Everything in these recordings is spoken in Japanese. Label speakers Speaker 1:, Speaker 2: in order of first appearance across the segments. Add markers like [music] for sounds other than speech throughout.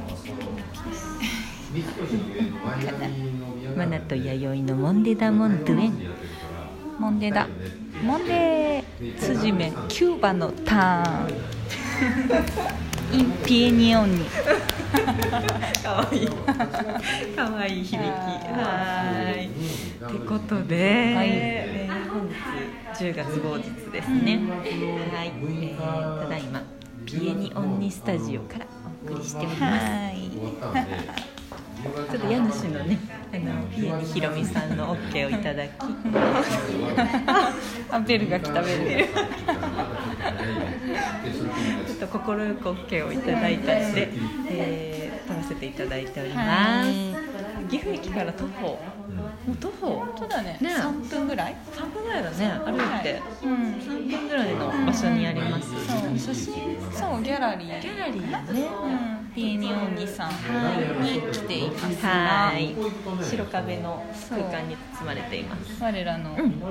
Speaker 1: [laughs]
Speaker 2: マナと弥生のモンデダモンドゥエン
Speaker 1: モンデだモンデつじめキューバのターンインピエニオンに
Speaker 2: かわいいかわいい響きはーいってことで、
Speaker 1: はい
Speaker 2: えー本日10月某日ですね、はい、えー、ただいまピエニオンニスタジオからお送りしております
Speaker 1: はい
Speaker 2: ちょっと家主のねあのピエニひろみさんの OK をいただき
Speaker 1: あベルが来たベル
Speaker 2: ちょっと心よく OK をいただいたので、えー、撮らせていただいております、岐阜駅から徒歩もう徒歩
Speaker 1: 本当だね
Speaker 2: ね
Speaker 1: 三分ぐらい
Speaker 2: 3分ぐらいだね歩いて
Speaker 1: うん
Speaker 2: 3分ぐらいの場所にあります
Speaker 1: そう写真そうギャラリー
Speaker 2: ギャラリーね
Speaker 1: うんピエニオンニさんに来ていますが
Speaker 2: はい白壁の空間に包まれています
Speaker 1: 我らの
Speaker 2: うん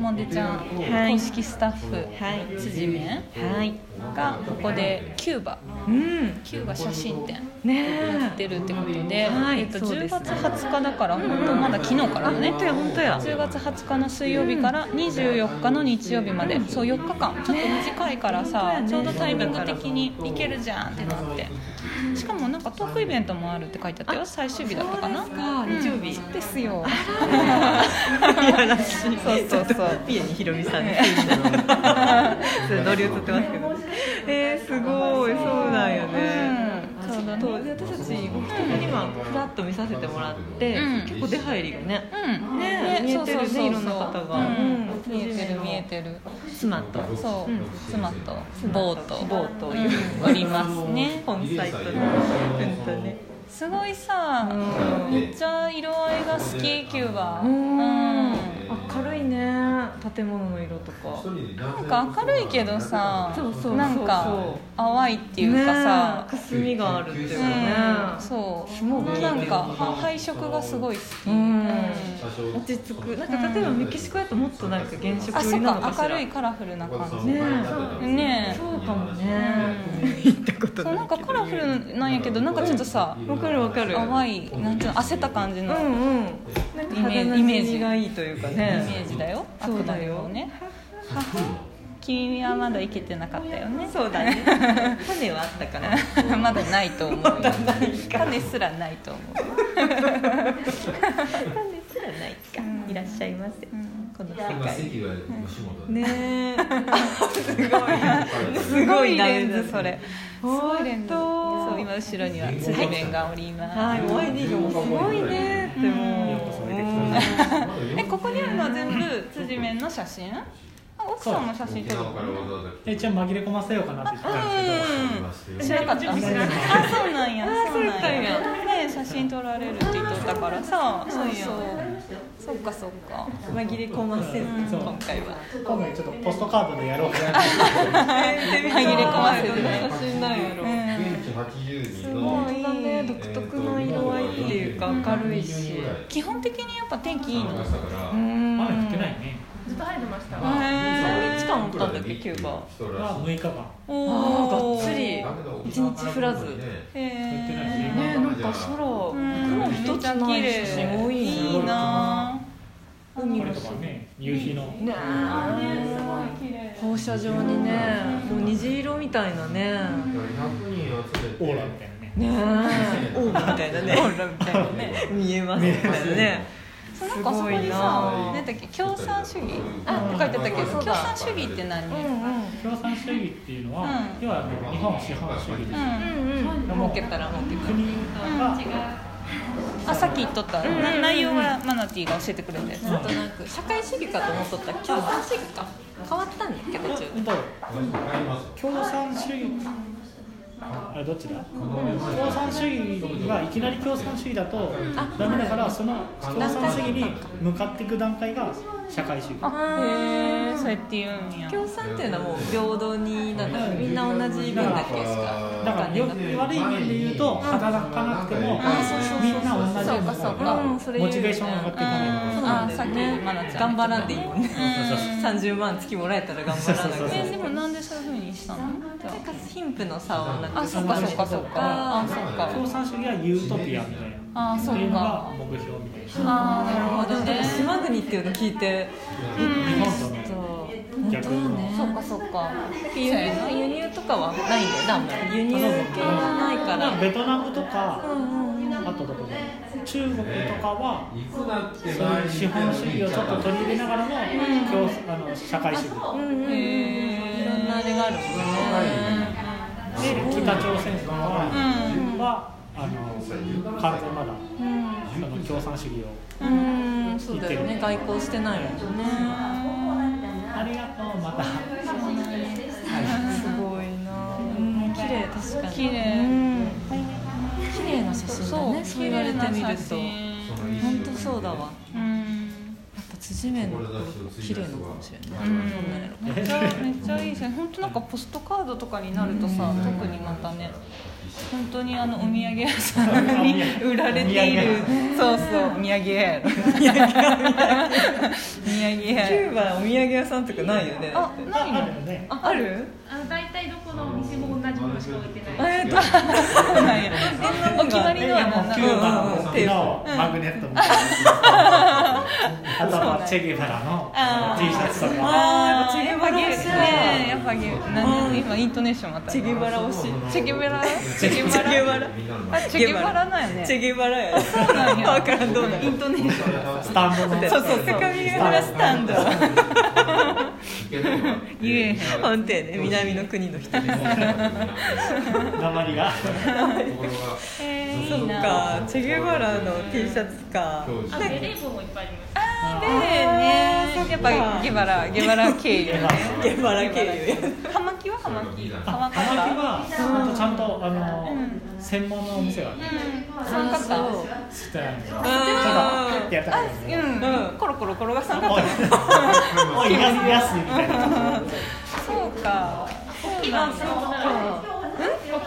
Speaker 1: モンデちゃん
Speaker 2: はい
Speaker 1: 公式スタッフ
Speaker 2: はい
Speaker 1: 辻
Speaker 2: は
Speaker 1: 面
Speaker 2: い
Speaker 1: がここでキューバ
Speaker 2: うん
Speaker 1: キューバ写真展
Speaker 2: ねえ
Speaker 1: 出るってことで、
Speaker 2: はい
Speaker 1: えっと、
Speaker 2: そうで
Speaker 1: 10
Speaker 2: すね
Speaker 1: 月20日だから、本当まだ昨日からだね
Speaker 2: あ本当や本当や
Speaker 1: 10月20日の水曜日から24日の日曜日まで、そう4日間ちょっと短いからさ、
Speaker 2: ね
Speaker 1: ちょうどタイミング的に行けるじゃんってなってしかもなんかトークイベントもあるって書いてあったよ最終日だったかな
Speaker 2: そうですか日曜日
Speaker 1: うんですよ
Speaker 2: いやらしい
Speaker 1: そうそうそう
Speaker 2: ピエにひろみさんですそれ同僚とってますけどえー、すごいそうなんよね、
Speaker 1: うんそうだね
Speaker 2: ちょっと私たち今ふらっと見させてもらって、
Speaker 1: うん
Speaker 2: 結構出入りがね
Speaker 1: うん
Speaker 2: ね見えてるね
Speaker 1: そうそうそうそう
Speaker 2: いろんな方が
Speaker 1: う
Speaker 2: う
Speaker 1: ん
Speaker 2: ん
Speaker 1: 見えてる見えてる
Speaker 2: 妻と
Speaker 1: そう、
Speaker 2: うん
Speaker 1: 妻とボート
Speaker 2: ボートを呼んで
Speaker 1: うんおりますね
Speaker 2: 本サイトのうんとね
Speaker 1: すごいさ、
Speaker 2: うん
Speaker 1: めっちゃ色合いが好きキューバ
Speaker 2: うん
Speaker 1: うん
Speaker 2: 明るいね建物の色とか
Speaker 1: なんか明るいけどさ
Speaker 2: そうそうそうそう
Speaker 1: なんか淡いっていうかさ、
Speaker 2: ねえくすみがあるっていう
Speaker 1: う
Speaker 2: かね、
Speaker 1: ん、そう
Speaker 2: スモーキー
Speaker 1: なんかは配色がすごい好
Speaker 2: う
Speaker 1: き、
Speaker 2: ん落ち着くなんか例えばメキシコやともっとなんか原色
Speaker 1: あ
Speaker 2: 寄
Speaker 1: そ
Speaker 2: り
Speaker 1: っ
Speaker 2: なのか
Speaker 1: か
Speaker 2: し
Speaker 1: 明
Speaker 2: ら
Speaker 1: るいカラフルな感じ、
Speaker 2: ね
Speaker 1: えねえ
Speaker 2: そうかもね
Speaker 1: うん
Speaker 2: 行ったこと
Speaker 1: そうなんかカラフルなんやけどなんかちょっとさ
Speaker 2: わかるわかる
Speaker 1: 淡いなんていうの焦った感じ
Speaker 2: う
Speaker 1: の、イ
Speaker 2: んうんなんか肌の
Speaker 1: イ
Speaker 2: イ
Speaker 1: メ
Speaker 2: メ
Speaker 1: ー
Speaker 2: ー
Speaker 1: ジ
Speaker 2: ジがいいというか
Speaker 1: メ
Speaker 2: ね
Speaker 1: ージだよ
Speaker 2: そうだよ
Speaker 1: 悪魔のね君はまだいけてなかったよね
Speaker 2: そうだね種はあったから
Speaker 1: [laughs] まだないと思うよ種すらないと思う
Speaker 2: 種すらないかいらっしゃいませ
Speaker 1: ん
Speaker 2: この世
Speaker 3: 今
Speaker 2: 界
Speaker 3: 席が吉本で
Speaker 2: ねえすごい
Speaker 1: すごい
Speaker 2: ダメ
Speaker 1: レン
Speaker 2: だ
Speaker 1: ズそれすごいレンズ
Speaker 2: 本当
Speaker 1: そう今後ろには辻面がおります、
Speaker 2: はいお会いできるのもすごいねってもう
Speaker 1: えここにあるのは全部辻面の写真あ奥さんの写真ってこと
Speaker 4: え一応紛れ込ませようかなって言ってたんですけど
Speaker 1: うん知らなかったあそうなんや
Speaker 2: あ
Speaker 1: そ
Speaker 2: そう
Speaker 1: うな
Speaker 2: か
Speaker 1: ん
Speaker 2: い
Speaker 1: や
Speaker 2: な
Speaker 1: ね写真撮られるって言っとったからさそうそうそっかそっか
Speaker 2: 紛れ込ませず
Speaker 1: うん
Speaker 2: 今回は
Speaker 4: 今回ちょっとポストカードでやろうかなって
Speaker 2: 紛
Speaker 1: れ込ませず
Speaker 2: どんな写真なんやろ
Speaker 3: 1980
Speaker 2: す
Speaker 3: の
Speaker 2: ごいだね独特の色合いっていうか明るいし
Speaker 1: 基本的にやっぱ天気いいの
Speaker 3: 朝から
Speaker 2: うん
Speaker 4: 雨降ってないね
Speaker 2: 何日間おったんだっけキューバ
Speaker 4: まあ6日間
Speaker 2: あー
Speaker 1: お
Speaker 2: がっつり一日降らず
Speaker 1: へえ
Speaker 2: ねなんか空雲一つない写真多いね
Speaker 1: いいな
Speaker 2: 海
Speaker 4: こ
Speaker 2: も
Speaker 4: れ
Speaker 2: し
Speaker 4: とかね夕日の
Speaker 2: ねえ放射状にねもう虹色みたいなね
Speaker 4: オーラみたいなね
Speaker 2: ねえオーラみたいなねオーラみたいなね見えますみたいなね
Speaker 1: そうなんかそこ
Speaker 2: すご
Speaker 1: に
Speaker 2: いな
Speaker 1: さ何だっけ共産主義あって書いてあったけど
Speaker 2: そ
Speaker 1: 共
Speaker 2: うだ
Speaker 1: 産主義って何
Speaker 2: うん
Speaker 1: うん
Speaker 4: 共産主義っていうのは、
Speaker 1: うん
Speaker 4: 要はあの日本資本主義で
Speaker 2: うんうん
Speaker 4: す
Speaker 1: 儲けたら儲けたら
Speaker 4: 国が
Speaker 1: あさっき言っとった、
Speaker 2: ん
Speaker 1: な内容はマナティーが教えてくれたやつ、
Speaker 4: うん
Speaker 2: なんとなく社会主義かと思っとったら共産主義か変わったんだっけ途中
Speaker 4: うんと共産主義あれどっちだ共産主義がいきなり共産主義だとダメだからその共産主義に向かっていく段階が社会主義
Speaker 1: あへえそうやって言うんや
Speaker 2: 共産っていうのはもう平等になんかみんな同じ分だけしか
Speaker 4: だからよ
Speaker 2: お金が
Speaker 4: 悪い面で言うと働かなくても
Speaker 2: あそうそうそう
Speaker 4: みんな同じよ
Speaker 2: そう
Speaker 4: うな
Speaker 2: かそう
Speaker 4: 方
Speaker 2: かうんそれ
Speaker 4: が
Speaker 2: 言うよね
Speaker 4: モチベーションが上がっていくね
Speaker 1: うん
Speaker 2: そうなんだよ
Speaker 1: あさっきマナちゃ
Speaker 2: 頑
Speaker 1: ん
Speaker 2: 張らんでいいもんね
Speaker 1: うん
Speaker 2: 30万月もらえたら頑張らな
Speaker 4: そうそう
Speaker 2: きゃ
Speaker 1: えでもなんでそういうふうにしたのじゃ
Speaker 2: 貧富の差をなく
Speaker 1: ああそっかそっかそっかあそっか
Speaker 4: 共産主義はユートピアみたいな
Speaker 1: ああ
Speaker 4: って
Speaker 1: そう
Speaker 4: いうのが
Speaker 1: か
Speaker 4: 目標みたいな
Speaker 1: ああなるほど
Speaker 2: だって
Speaker 1: ね
Speaker 2: 島国っていうの聞いて
Speaker 4: 日本との
Speaker 2: そう
Speaker 4: 逆の
Speaker 1: そうかそうか
Speaker 2: 輸入輸入とかはないんだよねあんまり輸入系がないから
Speaker 4: ベトナムとか、あとどこだ中国とかは
Speaker 3: 行くなって
Speaker 4: そういう資本主義をちょっと取り入れながらの,、共あの社会主義
Speaker 2: いろんなあれがあるもんね
Speaker 4: で北朝鮮とかは,、あの完全まだその共産主義を
Speaker 2: うんそうだよね外交してないもんね
Speaker 4: ありがとうまた
Speaker 2: すごいなうん綺麗確かに
Speaker 1: 綺麗
Speaker 2: うん綺麗な写真だ
Speaker 1: そう
Speaker 2: ねそう言われてみると本当そうだわ
Speaker 1: うん
Speaker 2: やっぱ辻面の方が綺麗なのかもしれない
Speaker 1: うん
Speaker 2: どうなんやろ
Speaker 1: めっちゃめっちゃいいですね本当なんかポストカードとかになるとさ特にまたね本当にあのお土産屋さんに売られているそうそうお土産屋やろお土産
Speaker 2: キュ
Speaker 1: 屋
Speaker 2: ーバお土産屋さんとかないよねだ
Speaker 1: あ
Speaker 2: って
Speaker 1: ない
Speaker 4: あ
Speaker 1: の
Speaker 4: るよね
Speaker 1: あある
Speaker 5: あの大体どこのお店も同じものしか置いてない
Speaker 1: えっとそうなんやお決まりのは何な
Speaker 4: キ
Speaker 1: の
Speaker 4: ューバのマグネットみたいなあとはチェゲバラの T シャツとか
Speaker 2: あ
Speaker 1: あ
Speaker 2: ーや
Speaker 1: ー
Speaker 2: っ
Speaker 1: やっ
Speaker 2: ぱ
Speaker 1: ぱ
Speaker 2: ゲ
Speaker 1: ゲ
Speaker 2: ー
Speaker 1: ー
Speaker 2: ム
Speaker 1: ねやっぱゲーなんで今イントネーションまた
Speaker 2: チェゲバラ推し
Speaker 1: チェゲバラチェゲ
Speaker 2: チェゲバ
Speaker 1: バ
Speaker 2: ラ
Speaker 1: ラあチェゲバラなんやね
Speaker 2: チェゲバラや
Speaker 1: そうなんや
Speaker 2: わからんどうなの
Speaker 1: イントネーション
Speaker 4: スタンドの
Speaker 2: そうそう高見ヶ原スタンド
Speaker 1: 言えへん
Speaker 2: 本邸で南の国の人です
Speaker 4: 鉛が
Speaker 1: えー、
Speaker 2: そ
Speaker 1: い
Speaker 2: っ
Speaker 1: いな
Speaker 2: かチェゲバラの T シャツか
Speaker 5: あベレー帽もいっぱいあります
Speaker 1: でねやっぱゲバラゲバラ経 [laughs] 由ね
Speaker 2: ゲバラ経由
Speaker 1: ハマキはハマキハマ
Speaker 4: 玉
Speaker 1: カ
Speaker 4: 木
Speaker 1: か
Speaker 4: は本当ちゃんとあの、専門のお店がね
Speaker 1: 三角形
Speaker 4: 知ってないんでちょっ
Speaker 2: あー
Speaker 4: とやったことないんで
Speaker 1: うん、コロコロ転がさんかっ
Speaker 4: おい
Speaker 1: た
Speaker 4: おいやすやすみたいな
Speaker 1: そうか
Speaker 5: 大きいバンタバコなら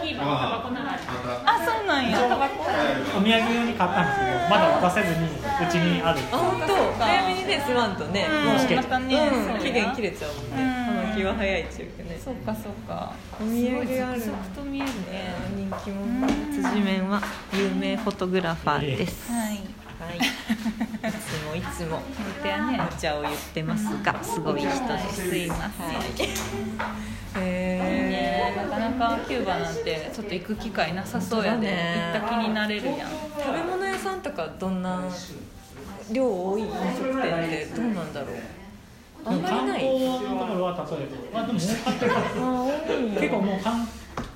Speaker 5: 大きいバンタバコなら
Speaker 1: あ、そうなんやタバコ
Speaker 4: お土産用に買ったんですけどまだ渡せずにうちにある
Speaker 2: あ本当早めにねすまんとねもう
Speaker 4: し
Speaker 1: う
Speaker 4: け
Speaker 1: ん、またね、そう
Speaker 2: う
Speaker 1: や
Speaker 2: ん期限切れちゃうもんね
Speaker 1: うん
Speaker 2: 葉巻は早いっちゅうけどね
Speaker 1: そうかそうか
Speaker 2: お土産ある
Speaker 1: すごい続々と見えるね
Speaker 2: 人気者辻面は有名フォトグラファーです
Speaker 1: はい
Speaker 2: はいいつもいつも
Speaker 1: 本当やね
Speaker 2: お茶を言ってますがすごい人です
Speaker 1: すいません、
Speaker 2: へ
Speaker 1: ねなかなかキューバなんてちょっと行く機会なさそうやで、
Speaker 2: 本当だね
Speaker 1: 行った気になれるやん
Speaker 2: 食べ物屋さんとかどんな量多い飲食店ってどうなんだろうあんまり
Speaker 4: 観
Speaker 2: な
Speaker 4: 光
Speaker 2: い
Speaker 4: のところは例えば、まあ、でも儲かってる結構もう観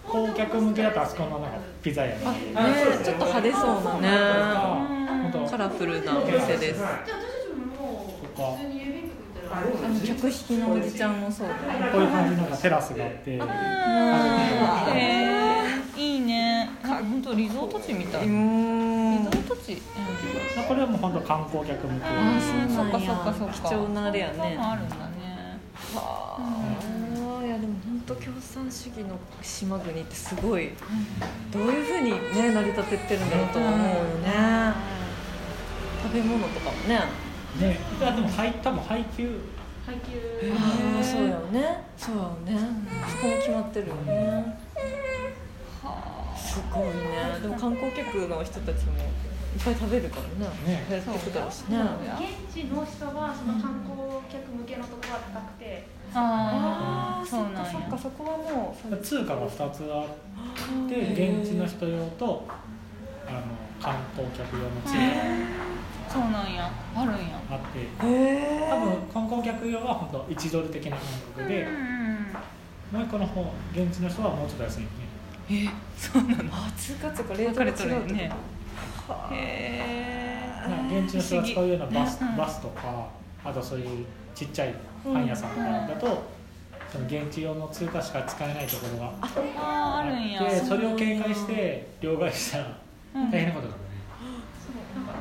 Speaker 4: 光客向けだとあそこのなんかピザ屋に
Speaker 2: ねちょっと派手そうなね
Speaker 4: 本当
Speaker 2: カ
Speaker 4: とか
Speaker 2: ラフルなお店ですあの客引きのおじちゃんもそうだね
Speaker 4: こういう感じのなんかテラスがあって
Speaker 1: うんへえいいねなんか本当リゾート地みたいリゾ
Speaker 2: うん
Speaker 1: ート地、うん、
Speaker 4: まあこれはもう本当観光客向け
Speaker 2: あそうなんや
Speaker 1: そっかそっかそっか
Speaker 2: 貴重なあれやね
Speaker 1: そんなんあるんだね
Speaker 2: はあいやでも本当共産主義の島国ってすごいどういうふうに、ね、成り立てってるんだろうとは思うよね食べ物とかもね
Speaker 4: ねでもはい多分配給
Speaker 5: 配給
Speaker 2: ああそうだよねそうだよねそこも決まってるよねすごいねでも観光客の人たちもいっぱい食べるからね
Speaker 4: ね
Speaker 2: やってくだろうしね
Speaker 5: 現地の人はその観光客向けのところは高くて
Speaker 1: ああそうなんや
Speaker 2: そっかそこはもう
Speaker 4: 通貨が2つあって現地の人用とあの観光客用の通貨
Speaker 1: そうなんやあるんや
Speaker 4: があって
Speaker 2: へ
Speaker 4: 多分観光客用は本当1ドル的な感覚でもう一個の方現地の人はもうちょっと安いね
Speaker 1: えそうなの
Speaker 2: あ通貨とかレー
Speaker 1: 分
Speaker 2: トが
Speaker 1: か
Speaker 2: 違
Speaker 1: れ
Speaker 2: う
Speaker 1: とるよ
Speaker 2: と
Speaker 1: ねへ
Speaker 4: だから現地の人が使うようなバス
Speaker 1: うん
Speaker 4: バスとかあとそういうちっちゃいパン屋さんとかだとその現地用の通貨しか使えないところが
Speaker 1: えあーあるんや
Speaker 4: でそれを警戒して両替したら
Speaker 1: うん
Speaker 4: 大変なことだね
Speaker 5: そうなんか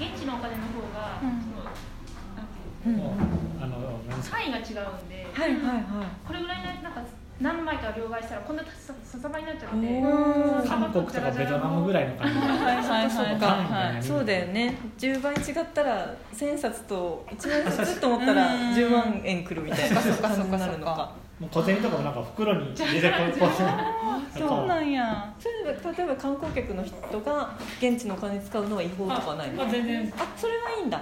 Speaker 5: 現地のお金の方が、
Speaker 1: うん
Speaker 5: そのなんていう
Speaker 2: うん
Speaker 4: もうあの何ですか
Speaker 5: 単位が違うんで
Speaker 2: はいはいはい
Speaker 5: これぐらいのなんか何枚か両替したらこんなさささばになっちゃっ
Speaker 2: お
Speaker 5: て
Speaker 2: ー
Speaker 4: 韓国とかベトナムぐらいの感じ
Speaker 1: はいはい
Speaker 2: そ
Speaker 1: は
Speaker 2: う
Speaker 1: い
Speaker 2: か
Speaker 1: はいはい
Speaker 2: そうだよね10倍違ったら1000冊と1万冊と思ったら
Speaker 1: うん
Speaker 2: 10万円くるみたいな感じになるのか
Speaker 4: もう小銭とかもなんか袋
Speaker 1: [laughs]
Speaker 4: に入れてこうこう
Speaker 1: そうなんや
Speaker 2: それで例えば観光客の人が現地のお金使うのは違法とかないの
Speaker 4: あ全然
Speaker 2: あそれはいいんだ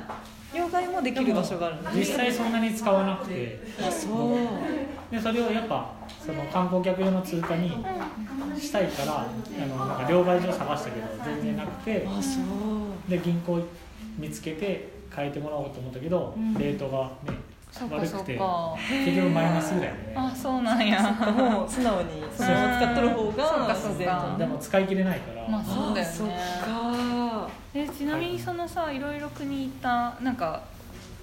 Speaker 2: 両替もできる場所があるの
Speaker 4: 実際そんなに使わなくて
Speaker 2: あそう
Speaker 4: でそれをやっぱその観光客用の通貨にしたいからあのなんか両替所探したけど全然なくて
Speaker 2: あそう
Speaker 4: で銀行見つけて変えてもらおうと思ったけど、レートがね
Speaker 1: そうか
Speaker 4: 悪
Speaker 1: そう
Speaker 4: くて
Speaker 1: か
Speaker 4: 結局マイナスぐらいね
Speaker 1: あそうなんや
Speaker 2: もう素直にそれを使っとる方が
Speaker 1: そうかそうか
Speaker 2: 自然と
Speaker 4: でも使い切れないから、
Speaker 1: まあそうだよね
Speaker 2: そっか
Speaker 1: えちなみにそのさいろいろ国行ったなんか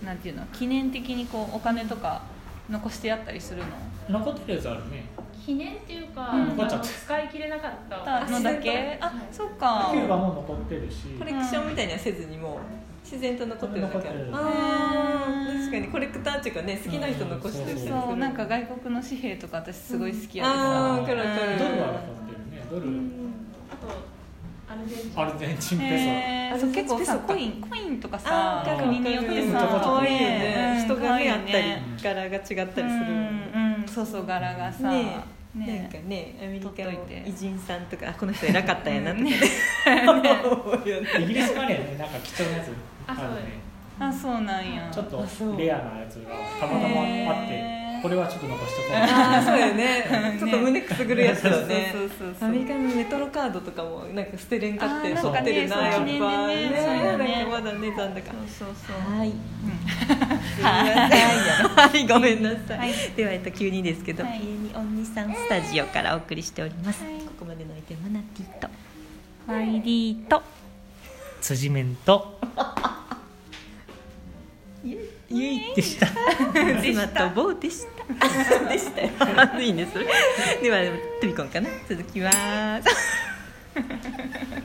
Speaker 1: なんていうの記念的にこうお金とか残してやったりするの
Speaker 4: 残ってるやつあるね
Speaker 5: 記念っていうか、
Speaker 1: うん
Speaker 5: あの
Speaker 4: 残っちゃった
Speaker 5: 使い切れなかった
Speaker 1: たのだけあそうか
Speaker 4: キューバも残ってるし
Speaker 2: コレクションみたいにはせずにもう自然と残ってるだけあ
Speaker 4: 残って
Speaker 2: る
Speaker 4: る
Speaker 2: あー確かにコレクターっていうかね好きな人残してる人
Speaker 1: そうなんか外国の紙幣とか私すごい好きやで
Speaker 2: あ
Speaker 1: さ
Speaker 2: ー来る来
Speaker 4: ド
Speaker 2: る
Speaker 4: ルは残ってるねドル、
Speaker 5: あとアルゼンチン
Speaker 4: アルゼンチンペソ、
Speaker 1: へー
Speaker 2: あ
Speaker 1: そう
Speaker 2: そっ
Speaker 1: 結
Speaker 2: ち
Speaker 1: 構さ
Speaker 2: ペソか
Speaker 1: コインコインとか
Speaker 2: あ
Speaker 1: さ
Speaker 2: ーわかる
Speaker 1: 国によってさ
Speaker 4: うん
Speaker 2: 可愛いよね
Speaker 1: うん
Speaker 2: 人がね
Speaker 1: 可
Speaker 2: あ
Speaker 1: 愛
Speaker 2: っ
Speaker 1: い
Speaker 2: たり
Speaker 1: よね
Speaker 2: 柄が違ったりする
Speaker 1: うんうんそうそう柄がさ
Speaker 2: ねえなんか
Speaker 1: ね
Speaker 2: ねアメリカ
Speaker 1: 取っと
Speaker 2: の
Speaker 1: いて
Speaker 2: 偉人さんとかあこの人偉かったんやなとかね思うよね
Speaker 4: イギリスマネーねなんか貴重なやつあるね
Speaker 1: [laughs] あそうなんや
Speaker 4: ちょっ
Speaker 2: あそう
Speaker 4: とレアなやつがたまたまあって、
Speaker 1: へー
Speaker 4: これはちょっと残しとこう
Speaker 1: [laughs]
Speaker 2: あーそうよね
Speaker 1: ね
Speaker 2: ちょっと胸くすぐるやつだね
Speaker 1: そうそうそうそう
Speaker 2: アメリカのメトロカードとかもなんか捨てれんかって取
Speaker 1: あーなん
Speaker 4: か
Speaker 2: っ
Speaker 4: ね
Speaker 2: てるなや
Speaker 4: そ
Speaker 2: っ
Speaker 4: う
Speaker 2: ぱ
Speaker 1: 記
Speaker 2: ね
Speaker 1: 念でねそうだね
Speaker 2: なんかまだ値段だから
Speaker 1: そうそうそう
Speaker 2: はい
Speaker 1: うん
Speaker 2: はいごめんなさい、
Speaker 1: はい
Speaker 2: ではえっと急にですけど、
Speaker 1: はい
Speaker 2: ピエニオンニさんスタジオからお送りしております、
Speaker 1: はい
Speaker 2: ここまでのおいてマナティと
Speaker 1: マイリーと
Speaker 4: 辻面と
Speaker 2: ゆいでした妻と棒でした [laughs] でしたよいいねそれでは飛び込んかな続きます